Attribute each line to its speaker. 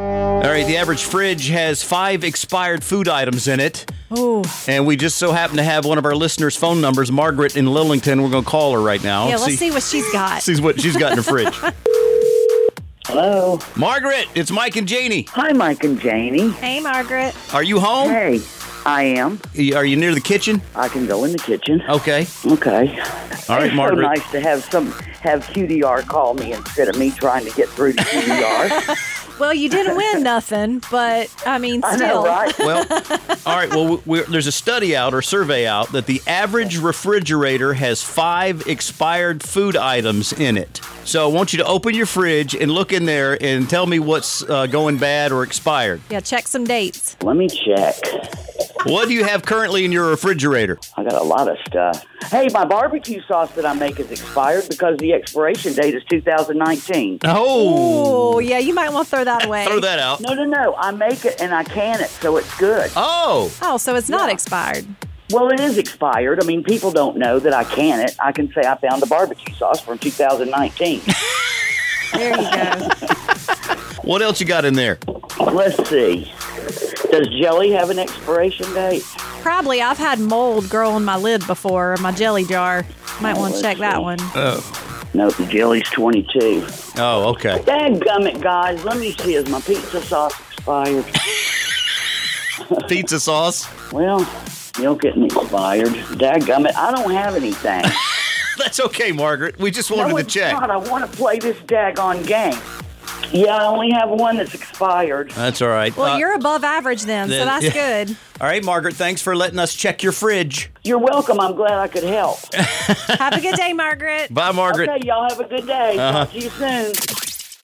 Speaker 1: All right, the average fridge has five expired food items in it.
Speaker 2: Oh,
Speaker 1: And we just so happen to have one of our listeners' phone numbers, Margaret in Lillington. We're going to call her right now.
Speaker 2: yeah, let's see what she's got.
Speaker 1: see what she's got in the fridge.
Speaker 3: Hello.
Speaker 1: Margaret, it's Mike and Janie.
Speaker 3: Hi, Mike and Janie.
Speaker 2: Hey, Margaret.
Speaker 1: Are you home?
Speaker 3: Hey, I am.
Speaker 1: Are you near the kitchen?
Speaker 3: I can go in the kitchen.
Speaker 1: Okay.
Speaker 3: Okay.
Speaker 1: All right,
Speaker 3: it's
Speaker 1: Margaret.
Speaker 3: so nice to have some have QDR call me instead of me trying to get through to QDR.
Speaker 2: Well, you didn't win nothing, but I mean,
Speaker 3: I
Speaker 2: still.
Speaker 3: know, right?
Speaker 1: Well, all right. Well, we there's a study out or survey out that the average refrigerator has five expired food items in it. So I want you to open your fridge and look in there and tell me what's uh, going bad or expired.
Speaker 2: Yeah, check some dates.
Speaker 3: Let me check.
Speaker 1: What do you have currently in your refrigerator?
Speaker 3: I got a lot of stuff. Hey, my barbecue sauce that I make is expired because the expiration date is 2019.
Speaker 1: Oh,
Speaker 2: Oh, yeah, you might want to throw that away.
Speaker 1: throw that out.
Speaker 3: No, no, no. I make it and I can it, so it's good.
Speaker 1: Oh,
Speaker 2: Oh, so it's not expired.
Speaker 3: Well, it is expired. I mean, people don't know that I can it. I can say I found a barbecue sauce from 2019.
Speaker 2: There you go.
Speaker 1: what else you got in there?
Speaker 3: Let's see. Does jelly have an expiration date?
Speaker 2: Probably I've had mold grow on my lid before, or my jelly jar. Might want to
Speaker 3: let's
Speaker 2: check that
Speaker 3: see.
Speaker 2: one.
Speaker 3: Oh. No, the jelly's 22.
Speaker 1: Oh, okay.
Speaker 3: Dadgummit, guys. Let me see. Is my pizza sauce expired?
Speaker 1: Pizza sauce.
Speaker 3: Well, milk isn't expired. Dadgummit, I don't have anything.
Speaker 1: That's okay, Margaret. We just
Speaker 3: no,
Speaker 1: wanted to
Speaker 3: it's
Speaker 1: check.
Speaker 3: not. I want to play this daggone game. Yeah, I only have one that's expired.
Speaker 1: That's all right.
Speaker 2: Well,
Speaker 1: Uh,
Speaker 2: you're above average then, so
Speaker 1: then-
Speaker 2: that's
Speaker 1: yeah.
Speaker 2: good.
Speaker 1: all right, Margaret. Thanks for letting us check your fridge.
Speaker 3: You're welcome. I'm glad I could help.
Speaker 2: Have a good day, Margaret.
Speaker 1: Bye, Margaret. Uh-huh.
Speaker 3: Okay, y'all have a good day. Talk to you soon.